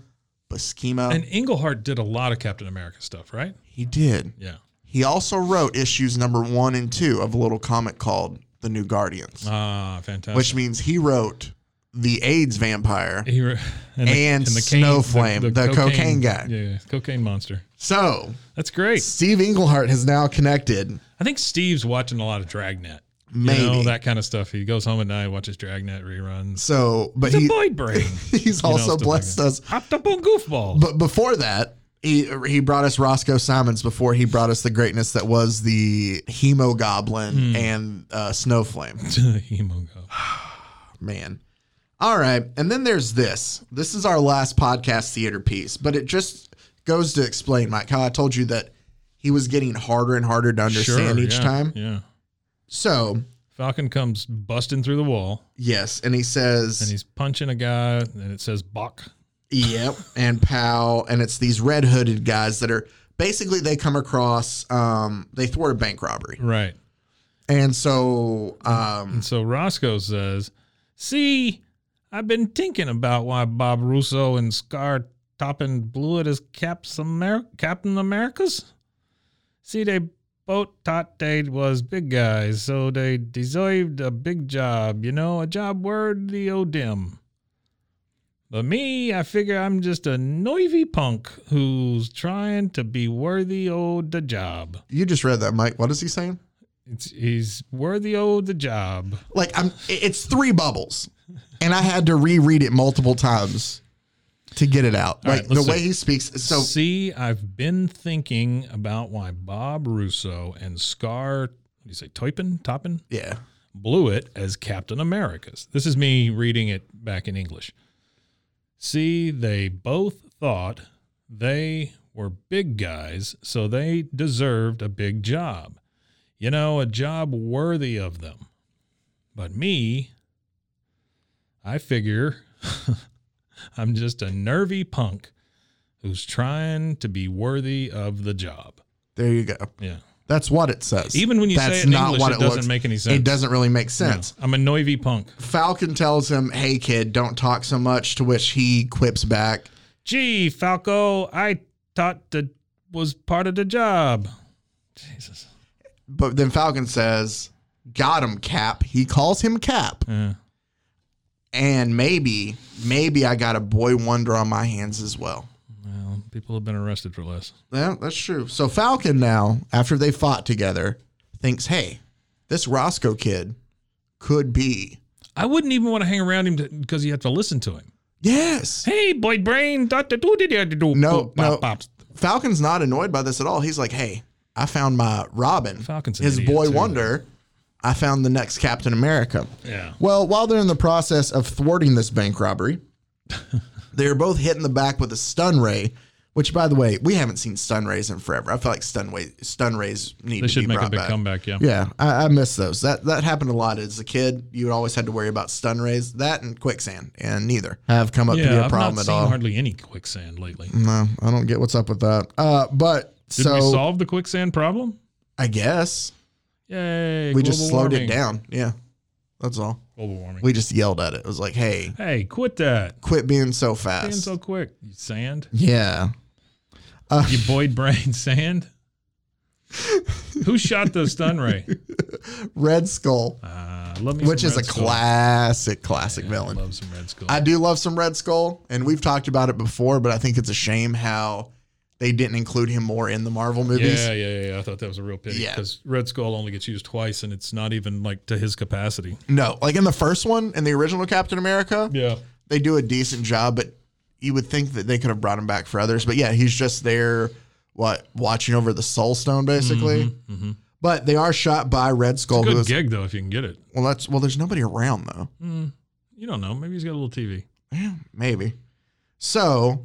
[SPEAKER 2] Buscema.
[SPEAKER 4] And Englehart did a lot of Captain America stuff, right?
[SPEAKER 2] he did.
[SPEAKER 4] Yeah.
[SPEAKER 2] He also wrote issues number one and two of a little comic called The New Guardians,
[SPEAKER 4] Ah, fantastic.
[SPEAKER 2] which means he wrote the AIDS vampire.
[SPEAKER 4] He re- and,
[SPEAKER 2] And Snowflame, the cocaine guy.
[SPEAKER 4] Yeah, yeah, cocaine monster.
[SPEAKER 2] So
[SPEAKER 4] That's great.
[SPEAKER 2] Steve Englehart has now connected
[SPEAKER 4] I think Steve's watching a lot of Dragnet.
[SPEAKER 2] maybe.
[SPEAKER 4] You know, that kind of stuff. He goes home at night, watches Dragnet reruns.
[SPEAKER 2] So, but
[SPEAKER 4] It's a
[SPEAKER 2] he,
[SPEAKER 4] boy brain.
[SPEAKER 2] he's also
[SPEAKER 4] stuff like
[SPEAKER 2] blessed
[SPEAKER 4] that.
[SPEAKER 2] us.
[SPEAKER 4] Hopped up on goofball.
[SPEAKER 2] But before that, he he brought us Roscoe Simons before he brought us the greatness that was the Hemo Goblin
[SPEAKER 4] Hmm.
[SPEAKER 2] and uh, Snowflame.
[SPEAKER 4] Hemogo.
[SPEAKER 2] Man. All right. And then there's this. This is our last podcast theater piece, but it just goes to explain, Mike, how I told you that he was getting harder and harder to understand each
[SPEAKER 4] yeah,
[SPEAKER 2] time.
[SPEAKER 4] Yeah.
[SPEAKER 2] So,
[SPEAKER 4] Falcon comes busting through the wall
[SPEAKER 2] yes. And he says,
[SPEAKER 4] and he's punching a guy and it says Bach.
[SPEAKER 2] Yep, and Powell, and it's these red hooded guys that are basically they come across. Um, they thwart a bank robbery,
[SPEAKER 4] Right.
[SPEAKER 2] and so um,
[SPEAKER 4] And so Roscoe says, See, I've been thinking about why Bob Russo and Scar Toppin blew it as Caps Amer- Captain America's. See, they both thought they was big guys, so they deserved a big job, you know, a job worthy o' them. But me, I figure I'm just a noivy punk who's trying to be worthy o' the job.
[SPEAKER 2] you just read that, Mike. What is he saying?
[SPEAKER 4] It's, he's worthy o' the job.
[SPEAKER 2] Like I'm, it- it's three bubbles, and I had to reread it multiple times to get it out.
[SPEAKER 4] All right,
[SPEAKER 2] like the
[SPEAKER 4] let's
[SPEAKER 2] way
[SPEAKER 4] see.
[SPEAKER 2] he speaks. So
[SPEAKER 4] see, I've been thinking about why Bob Russo and Scar, what do you say, Toypin, Toppin,
[SPEAKER 2] yeah,
[SPEAKER 4] blew it as Captain America's. This is me reading it back in English. See, they both thought they were big guys, so they deserved a big job. You know, a job worthy of them. But me, I figure I'm just a nervy punk who's trying to be worthy of the job.
[SPEAKER 2] there you go.
[SPEAKER 4] Yeah.
[SPEAKER 2] That's what it says.
[SPEAKER 4] Even when you say
[SPEAKER 2] That's
[SPEAKER 4] it in English, it doesn't make any sense.
[SPEAKER 2] It doesn't really make
[SPEAKER 4] No,
[SPEAKER 2] sense.
[SPEAKER 4] I'm a noivy punk.
[SPEAKER 2] Falcon tells him, "Hey, kid, don't talk so much." To which he quips back.
[SPEAKER 4] Gee, Falco, I thought that was part of the job. Jesus.
[SPEAKER 2] But then Falcon says, "Got him, Cap." He calls him Cap,
[SPEAKER 4] Yeah.
[SPEAKER 2] and maybe, maybe I got a boy wonder on my hands as well.
[SPEAKER 4] Well, people have been arrested for less.
[SPEAKER 2] Yeah, that's true. So Falcon now, after they fought together, thinks, "Hey, this Roscoe kid could be
[SPEAKER 4] I wouldn't even want to hang around him because you have to listen to him.
[SPEAKER 2] Yes.
[SPEAKER 4] Hey, boy, brain, doctor, do do do do.
[SPEAKER 2] No,
[SPEAKER 4] pop,
[SPEAKER 2] no.
[SPEAKER 4] pops.
[SPEAKER 2] Falcon's not annoyed by this at all. He's like, hey, I found my Robin,
[SPEAKER 4] Falcon's an
[SPEAKER 2] his
[SPEAKER 4] idiot,
[SPEAKER 2] boy
[SPEAKER 4] too.
[SPEAKER 2] Wonder. I found the next Captain America.
[SPEAKER 4] Yeah.
[SPEAKER 2] Well, while they're in the process of thwarting this bank robbery, they're both hit in the back with a stun ray. Which, by the way, we haven't seen stun rays in forever. I feel like stun, way, stun rays need
[SPEAKER 4] They
[SPEAKER 2] to be
[SPEAKER 4] should make a
[SPEAKER 2] brought
[SPEAKER 4] big
[SPEAKER 2] back.
[SPEAKER 4] comeback. Yeah.
[SPEAKER 2] Yeah, I, I miss those. That that happened a lot as a kid. You always had to worry about stun rays, that and quicksand, and neither have come up to be
[SPEAKER 4] Yeah,
[SPEAKER 2] a
[SPEAKER 4] I've
[SPEAKER 2] problem
[SPEAKER 4] not
[SPEAKER 2] at
[SPEAKER 4] seen
[SPEAKER 2] all.
[SPEAKER 4] hardly any quicksand lately.
[SPEAKER 2] no, I don't get what's up with that. Uh, but
[SPEAKER 4] Did
[SPEAKER 2] so
[SPEAKER 4] we solve the quicksand problem?
[SPEAKER 2] I guess
[SPEAKER 4] Yay.
[SPEAKER 2] we just
[SPEAKER 4] global
[SPEAKER 2] slowed
[SPEAKER 4] warming.
[SPEAKER 2] it down. Yeah, that's all.
[SPEAKER 4] Global warming.
[SPEAKER 2] We just yelled at it. It was like, hey,
[SPEAKER 4] hey, quit that.
[SPEAKER 2] quit being so
[SPEAKER 4] Being
[SPEAKER 2] fast.
[SPEAKER 4] so quick. You sand?
[SPEAKER 2] yeah,
[SPEAKER 4] You Boyd brain sand? Who shot the stun ray?
[SPEAKER 2] Red Skull,
[SPEAKER 4] Uh, love me
[SPEAKER 2] which
[SPEAKER 4] some
[SPEAKER 2] is a
[SPEAKER 4] Red Skull.
[SPEAKER 2] classic, classic villain.
[SPEAKER 4] Love some Red Skull.
[SPEAKER 2] I do love some Red Skull, and we've talked about it before, but I think it's a shame how they didn't include him more in the Marvel movies.
[SPEAKER 4] yeah, yeah, yeah, yeah. I thought that was a real pity
[SPEAKER 2] Yeah.
[SPEAKER 4] because Red Skull only gets used twice, and it's not even like to his capacity.
[SPEAKER 2] No, like in the first one, in the original Captain America,
[SPEAKER 4] Yeah,
[SPEAKER 2] they do a decent job, but you would think that they could have brought him back for others. But yeah, he's just there, what watching over the Soul Stone, basically.
[SPEAKER 4] Mm-hmm,
[SPEAKER 2] But they are shot by Red Skull.
[SPEAKER 4] good
[SPEAKER 2] who is-
[SPEAKER 4] gig though if you can get it. Hmm,
[SPEAKER 2] well, that's well. There's nobody around though.
[SPEAKER 4] You don't know. Maybe he's got a little TV,
[SPEAKER 2] Maybe. So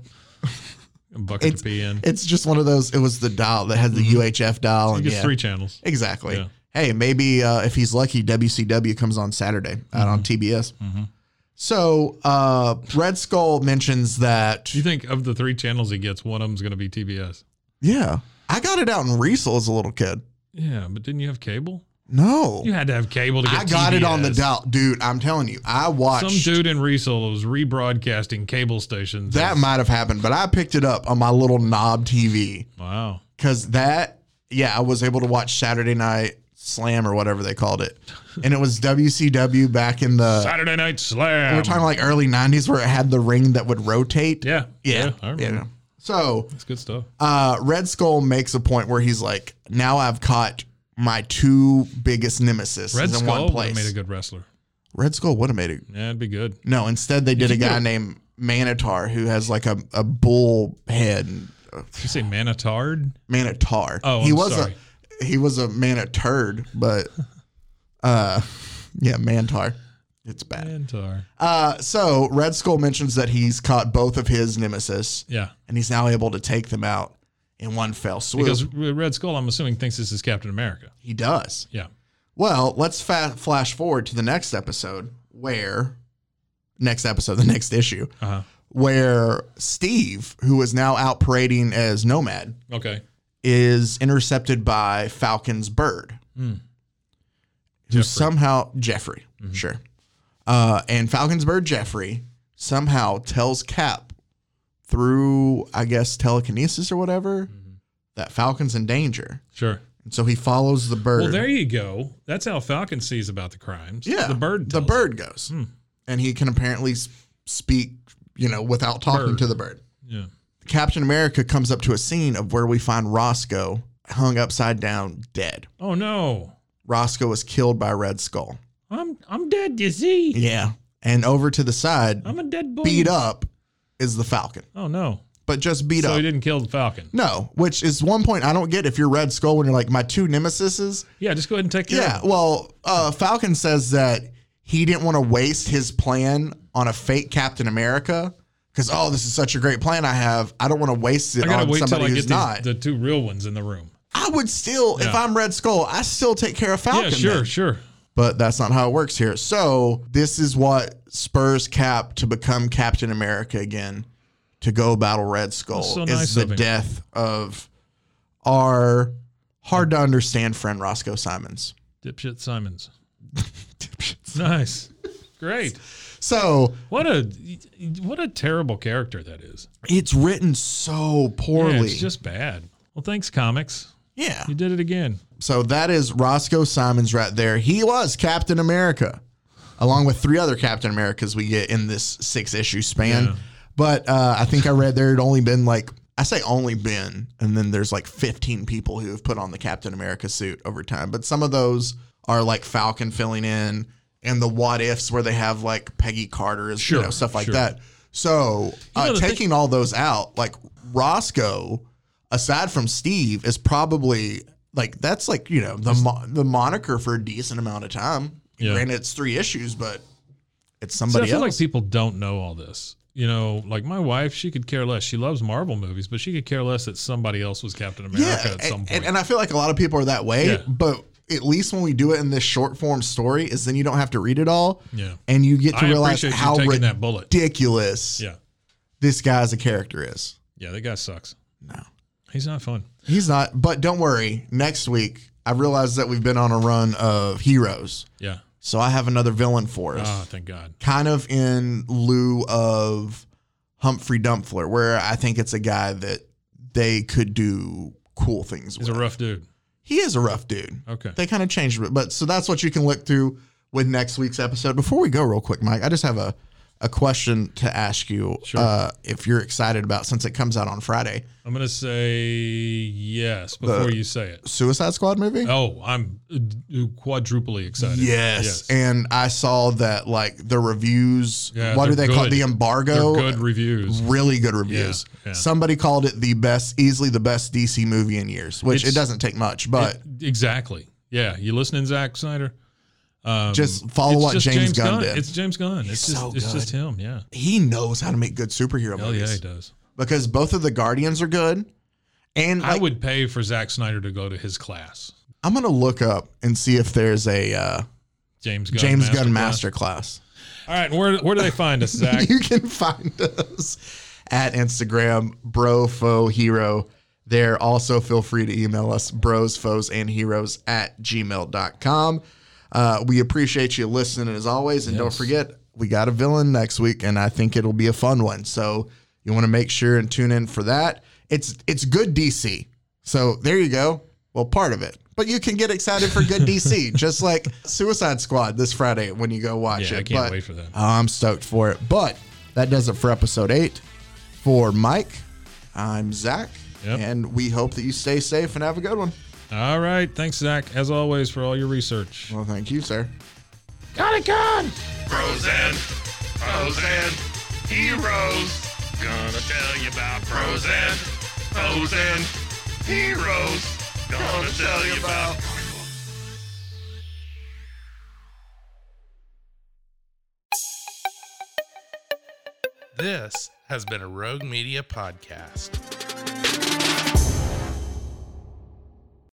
[SPEAKER 4] a bucket
[SPEAKER 2] It's-
[SPEAKER 4] to pee in.
[SPEAKER 2] it's just one of those. It was the dial that had the UHF
[SPEAKER 4] Mm-hmm.
[SPEAKER 2] dial,
[SPEAKER 4] He
[SPEAKER 2] and
[SPEAKER 4] gets
[SPEAKER 2] yeah,
[SPEAKER 4] three channels.
[SPEAKER 2] exactly.
[SPEAKER 4] Yeah.
[SPEAKER 2] Hey, maybe uh, if he's lucky, WCW comes on Saturday out
[SPEAKER 4] Mm-hmm.
[SPEAKER 2] on TBS. So uh, Red Skull mentions that
[SPEAKER 4] Do you think of the three channels he gets, one of them's going to be TBS?
[SPEAKER 2] Yeah. I got it out in Riesel as a little kid.
[SPEAKER 4] Yeah, but didn't you have cable?
[SPEAKER 2] No.
[SPEAKER 4] You had to have cable to get.
[SPEAKER 2] I got it on the
[SPEAKER 4] TBS.
[SPEAKER 2] dial. Dude, I'm telling you, I watched.
[SPEAKER 4] Some dude in Riesel was rebroadcasting cable stations.
[SPEAKER 2] that might have happened, but I picked it up on my little knob TV
[SPEAKER 4] wow.
[SPEAKER 2] because that, yeah, I was able to watch Saturday Night Slam or whatever they called it. And it was WCW back in the,
[SPEAKER 4] Saturday Night Slam.
[SPEAKER 2] we're talking like early 90s where it had the ring that would rotate.
[SPEAKER 4] yeah,
[SPEAKER 2] Yeah.
[SPEAKER 4] I
[SPEAKER 2] Yeah.
[SPEAKER 4] remember.
[SPEAKER 2] So
[SPEAKER 4] It's good stuff.
[SPEAKER 2] uh, Red Skull makes a point where he's like, now I've caught my two biggest nemesis
[SPEAKER 4] Red
[SPEAKER 2] in
[SPEAKER 4] Skull
[SPEAKER 2] one
[SPEAKER 4] would have
[SPEAKER 2] place.
[SPEAKER 4] made a good wrestler.
[SPEAKER 2] Red Skull would have made it.
[SPEAKER 4] Yeah, it'd be good.
[SPEAKER 2] No, instead they did a
[SPEAKER 4] can
[SPEAKER 2] guy
[SPEAKER 4] do it.
[SPEAKER 2] named Manitar who has like a, a bull head. and- uh,
[SPEAKER 4] Did you say Manitard?
[SPEAKER 2] Manitar.
[SPEAKER 4] Oh,
[SPEAKER 2] he
[SPEAKER 4] I'm
[SPEAKER 2] was
[SPEAKER 4] sorry.
[SPEAKER 2] a he was a maniturd, but uh, yeah, Mantar. It's bad.
[SPEAKER 4] Mantar.
[SPEAKER 2] Uh, so Red Skull mentions that he's caught both of his nemesis,
[SPEAKER 4] Yeah.
[SPEAKER 2] and he's now able to take them out in one fell swoop.
[SPEAKER 4] Because Red Skull, I'm assuming, thinks this is Captain America.
[SPEAKER 2] he does.
[SPEAKER 4] Yeah.
[SPEAKER 2] Well, let's fa- flash forward to the next episode where next episode, the next issue,
[SPEAKER 4] Uh-huh.
[SPEAKER 2] where Steve, who is now out parading as Nomad,
[SPEAKER 4] Okay.
[SPEAKER 2] is intercepted by Falcon's bird,
[SPEAKER 4] Hmm.
[SPEAKER 2] who somehow Jeffrey,
[SPEAKER 4] Mm-hmm.
[SPEAKER 2] sure, uh, and Falcon's bird Jeffrey somehow tells Cap through, I guess, telekinesis or whatever,
[SPEAKER 4] Mm-hmm.
[SPEAKER 2] that Falcon's in danger,
[SPEAKER 4] Sure.
[SPEAKER 2] and so he follows the bird.
[SPEAKER 4] Well, there you go. That's how Falcon sees about the crimes.
[SPEAKER 2] Yeah,
[SPEAKER 4] The bird.
[SPEAKER 2] The
[SPEAKER 4] tells Hmm.
[SPEAKER 2] bird goes, and he can apparently s- speak, you know, without talking
[SPEAKER 4] Bird.
[SPEAKER 2] to the bird.
[SPEAKER 4] him. Yeah.
[SPEAKER 2] Captain America comes up to a scene of where we find Roscoe hung upside down, dead.
[SPEAKER 4] Oh no.
[SPEAKER 2] Roscoe was killed by Red Skull.
[SPEAKER 4] I'm I'm dead, you see.
[SPEAKER 2] Yeah, and over to the side,
[SPEAKER 4] I'm a dead boy.
[SPEAKER 2] beat up, is the Falcon,
[SPEAKER 4] Oh no.
[SPEAKER 2] but just beat
[SPEAKER 4] So he
[SPEAKER 2] up.
[SPEAKER 4] didn't kill the Falcon.
[SPEAKER 2] No, which is one point I don't get if you're Red Skull when you're like my two nemesises.
[SPEAKER 4] Yeah, just go ahead and take care
[SPEAKER 2] Yeah,
[SPEAKER 4] of him.
[SPEAKER 2] well, uh, Falcon says that he didn't want to waste his plan on a fake Captain America because oh, this is such a great plan I have. I don't want to waste it
[SPEAKER 4] I gotta
[SPEAKER 2] on
[SPEAKER 4] wait till
[SPEAKER 2] somebody
[SPEAKER 4] I
[SPEAKER 2] who's
[SPEAKER 4] get
[SPEAKER 2] not.
[SPEAKER 4] these, the two real ones in the room.
[SPEAKER 2] I would still, if
[SPEAKER 4] Yeah.
[SPEAKER 2] I'm Red Skull, I still take care of Falcon.
[SPEAKER 4] yeah, sure,
[SPEAKER 2] then.
[SPEAKER 4] sure.
[SPEAKER 2] But that's not how it works here. So this is what spurs Cap to become Captain America again, to go battle Red Skull
[SPEAKER 4] That's so
[SPEAKER 2] is
[SPEAKER 4] nice
[SPEAKER 2] the
[SPEAKER 4] of him.
[SPEAKER 2] death of our hard to understand friend Roscoe Simons.
[SPEAKER 4] Dipshit Simons. Nice. Great.
[SPEAKER 2] So
[SPEAKER 4] What a what a terrible character that is.
[SPEAKER 2] It's written so poorly.
[SPEAKER 4] Yeah,
[SPEAKER 2] Yeah,
[SPEAKER 4] it's just bad. Well, thanks, comics. You did it again.
[SPEAKER 2] So that is Roscoe Simons right there. He was Captain America, along with three other Captain Americas we get in this six issue span.
[SPEAKER 4] Yeah.
[SPEAKER 2] But uh, I think I read there had only been like, I say only been, and then there's like 15 people who have put on the Captain America suit over time. But some of those are like Falcon filling in, and the what ifs where they have like Peggy Carter and
[SPEAKER 4] Sure,
[SPEAKER 2] you know, stuff like
[SPEAKER 4] sure.
[SPEAKER 2] that. So
[SPEAKER 4] You know,
[SPEAKER 2] uh,
[SPEAKER 4] the thing-
[SPEAKER 2] taking all those out, like Roscoe, aside from Steve, is probably like that's like you know the mo- the moniker for a decent amount of time.
[SPEAKER 4] Yeah.
[SPEAKER 2] Granted, it's three issues, but it's
[SPEAKER 4] See, I
[SPEAKER 2] somebody
[SPEAKER 4] feel
[SPEAKER 2] else.
[SPEAKER 4] like people don't know all this. You know, like my wife, she could care less. She loves Marvel movies, but she could care less that somebody else was Captain America
[SPEAKER 2] yeah,
[SPEAKER 4] at some
[SPEAKER 2] and,
[SPEAKER 4] point.
[SPEAKER 2] and I feel like a lot of people are that way,
[SPEAKER 4] Yeah.
[SPEAKER 2] but. At least when we do it in this short form story, is then you don't have to read it all,
[SPEAKER 4] yeah.
[SPEAKER 2] and you get to
[SPEAKER 4] I
[SPEAKER 2] realize
[SPEAKER 4] appreciate
[SPEAKER 2] how
[SPEAKER 4] you taking that bullet.
[SPEAKER 2] ridiculous
[SPEAKER 4] Yeah.
[SPEAKER 2] this guy as a character is.
[SPEAKER 4] Yeah, that guy sucks.
[SPEAKER 2] No.
[SPEAKER 4] He's not fun.
[SPEAKER 2] He's not. But don't worry. Next week, I realize that we've been on a run of heroes.
[SPEAKER 4] Yeah.
[SPEAKER 2] So I have another villain for us.
[SPEAKER 4] Oh, thank God.
[SPEAKER 2] Kind of in lieu of Humphrey Dumpfler, where I think it's a guy that they could do cool things
[SPEAKER 4] He's
[SPEAKER 2] with.
[SPEAKER 4] a rough dude.
[SPEAKER 2] he is a rough dude.
[SPEAKER 4] Okay.
[SPEAKER 2] They kind of changed it. But so that's what you can look through with next week's episode. Before we go, real quick, Mike, I just have a, a question to ask you
[SPEAKER 4] Sure.
[SPEAKER 2] uh, if you're excited about since it comes out on Friday.
[SPEAKER 4] I'm going to say yes before you say it.
[SPEAKER 2] Suicide Squad movie?
[SPEAKER 4] Oh, I'm uh, quadruply excited.
[SPEAKER 2] Yes. And I saw that like the reviews,
[SPEAKER 4] Yeah,
[SPEAKER 2] what do
[SPEAKER 4] they're
[SPEAKER 2] they call it?
[SPEAKER 4] good.
[SPEAKER 2] The embargo?
[SPEAKER 4] They're good reviews.
[SPEAKER 2] Really good reviews.
[SPEAKER 4] Yeah, yeah.
[SPEAKER 2] Somebody called it the best, easily the best DC movie in years, which
[SPEAKER 4] It's-
[SPEAKER 2] it doesn't take much, but
[SPEAKER 4] It- exactly. Yeah. You listening, Zack Snyder? Um,
[SPEAKER 2] Just follow
[SPEAKER 4] it's
[SPEAKER 2] what James Gunn did.
[SPEAKER 4] It's James Gunn. it's just
[SPEAKER 2] so
[SPEAKER 4] it's just him. Yeah.
[SPEAKER 2] he knows how to make good superhero
[SPEAKER 4] Hell Oh, yeah,
[SPEAKER 2] movies
[SPEAKER 4] he does.
[SPEAKER 2] because both of the Guardians are good. And
[SPEAKER 4] I
[SPEAKER 2] like,
[SPEAKER 4] would pay for Zack Snyder to go to his class.
[SPEAKER 2] I'm going to look up and see if there's a uh,
[SPEAKER 4] James Gunn.
[SPEAKER 2] James Gunn
[SPEAKER 4] Masterclass.
[SPEAKER 2] masterclass.
[SPEAKER 4] All right. Where where do they find us, Zach?
[SPEAKER 2] you can find us at Instagram, bro foe hero. There also feel free to email us bros, foes, and heroes at gmail.com. Uh, we appreciate you listening as always. And don't forget, we got a villain next week, and I think it'll be a fun one. So you want to make sure and tune in for that. It's it's good DC. So there you go. Well, part of it. But you can get excited for good DC, just like Suicide Squad this Friday when you go watch
[SPEAKER 4] Yeah,
[SPEAKER 2] it.
[SPEAKER 4] I can't
[SPEAKER 2] But-
[SPEAKER 4] wait for that.
[SPEAKER 2] I'm stoked for it. But that does it for episode eight. For Mike, I'm Zach,
[SPEAKER 4] Yep.
[SPEAKER 2] and we hope that you stay safe and have a good one.
[SPEAKER 4] All right. Thanks, Zach, as always, for all your research.
[SPEAKER 2] Well, thank you, sir.
[SPEAKER 1] Frozen, frozen, heroes. Gonna tell you about frozen, frozen, heroes. Gonna tell you about.
[SPEAKER 5] This has been a Rogue Media podcast.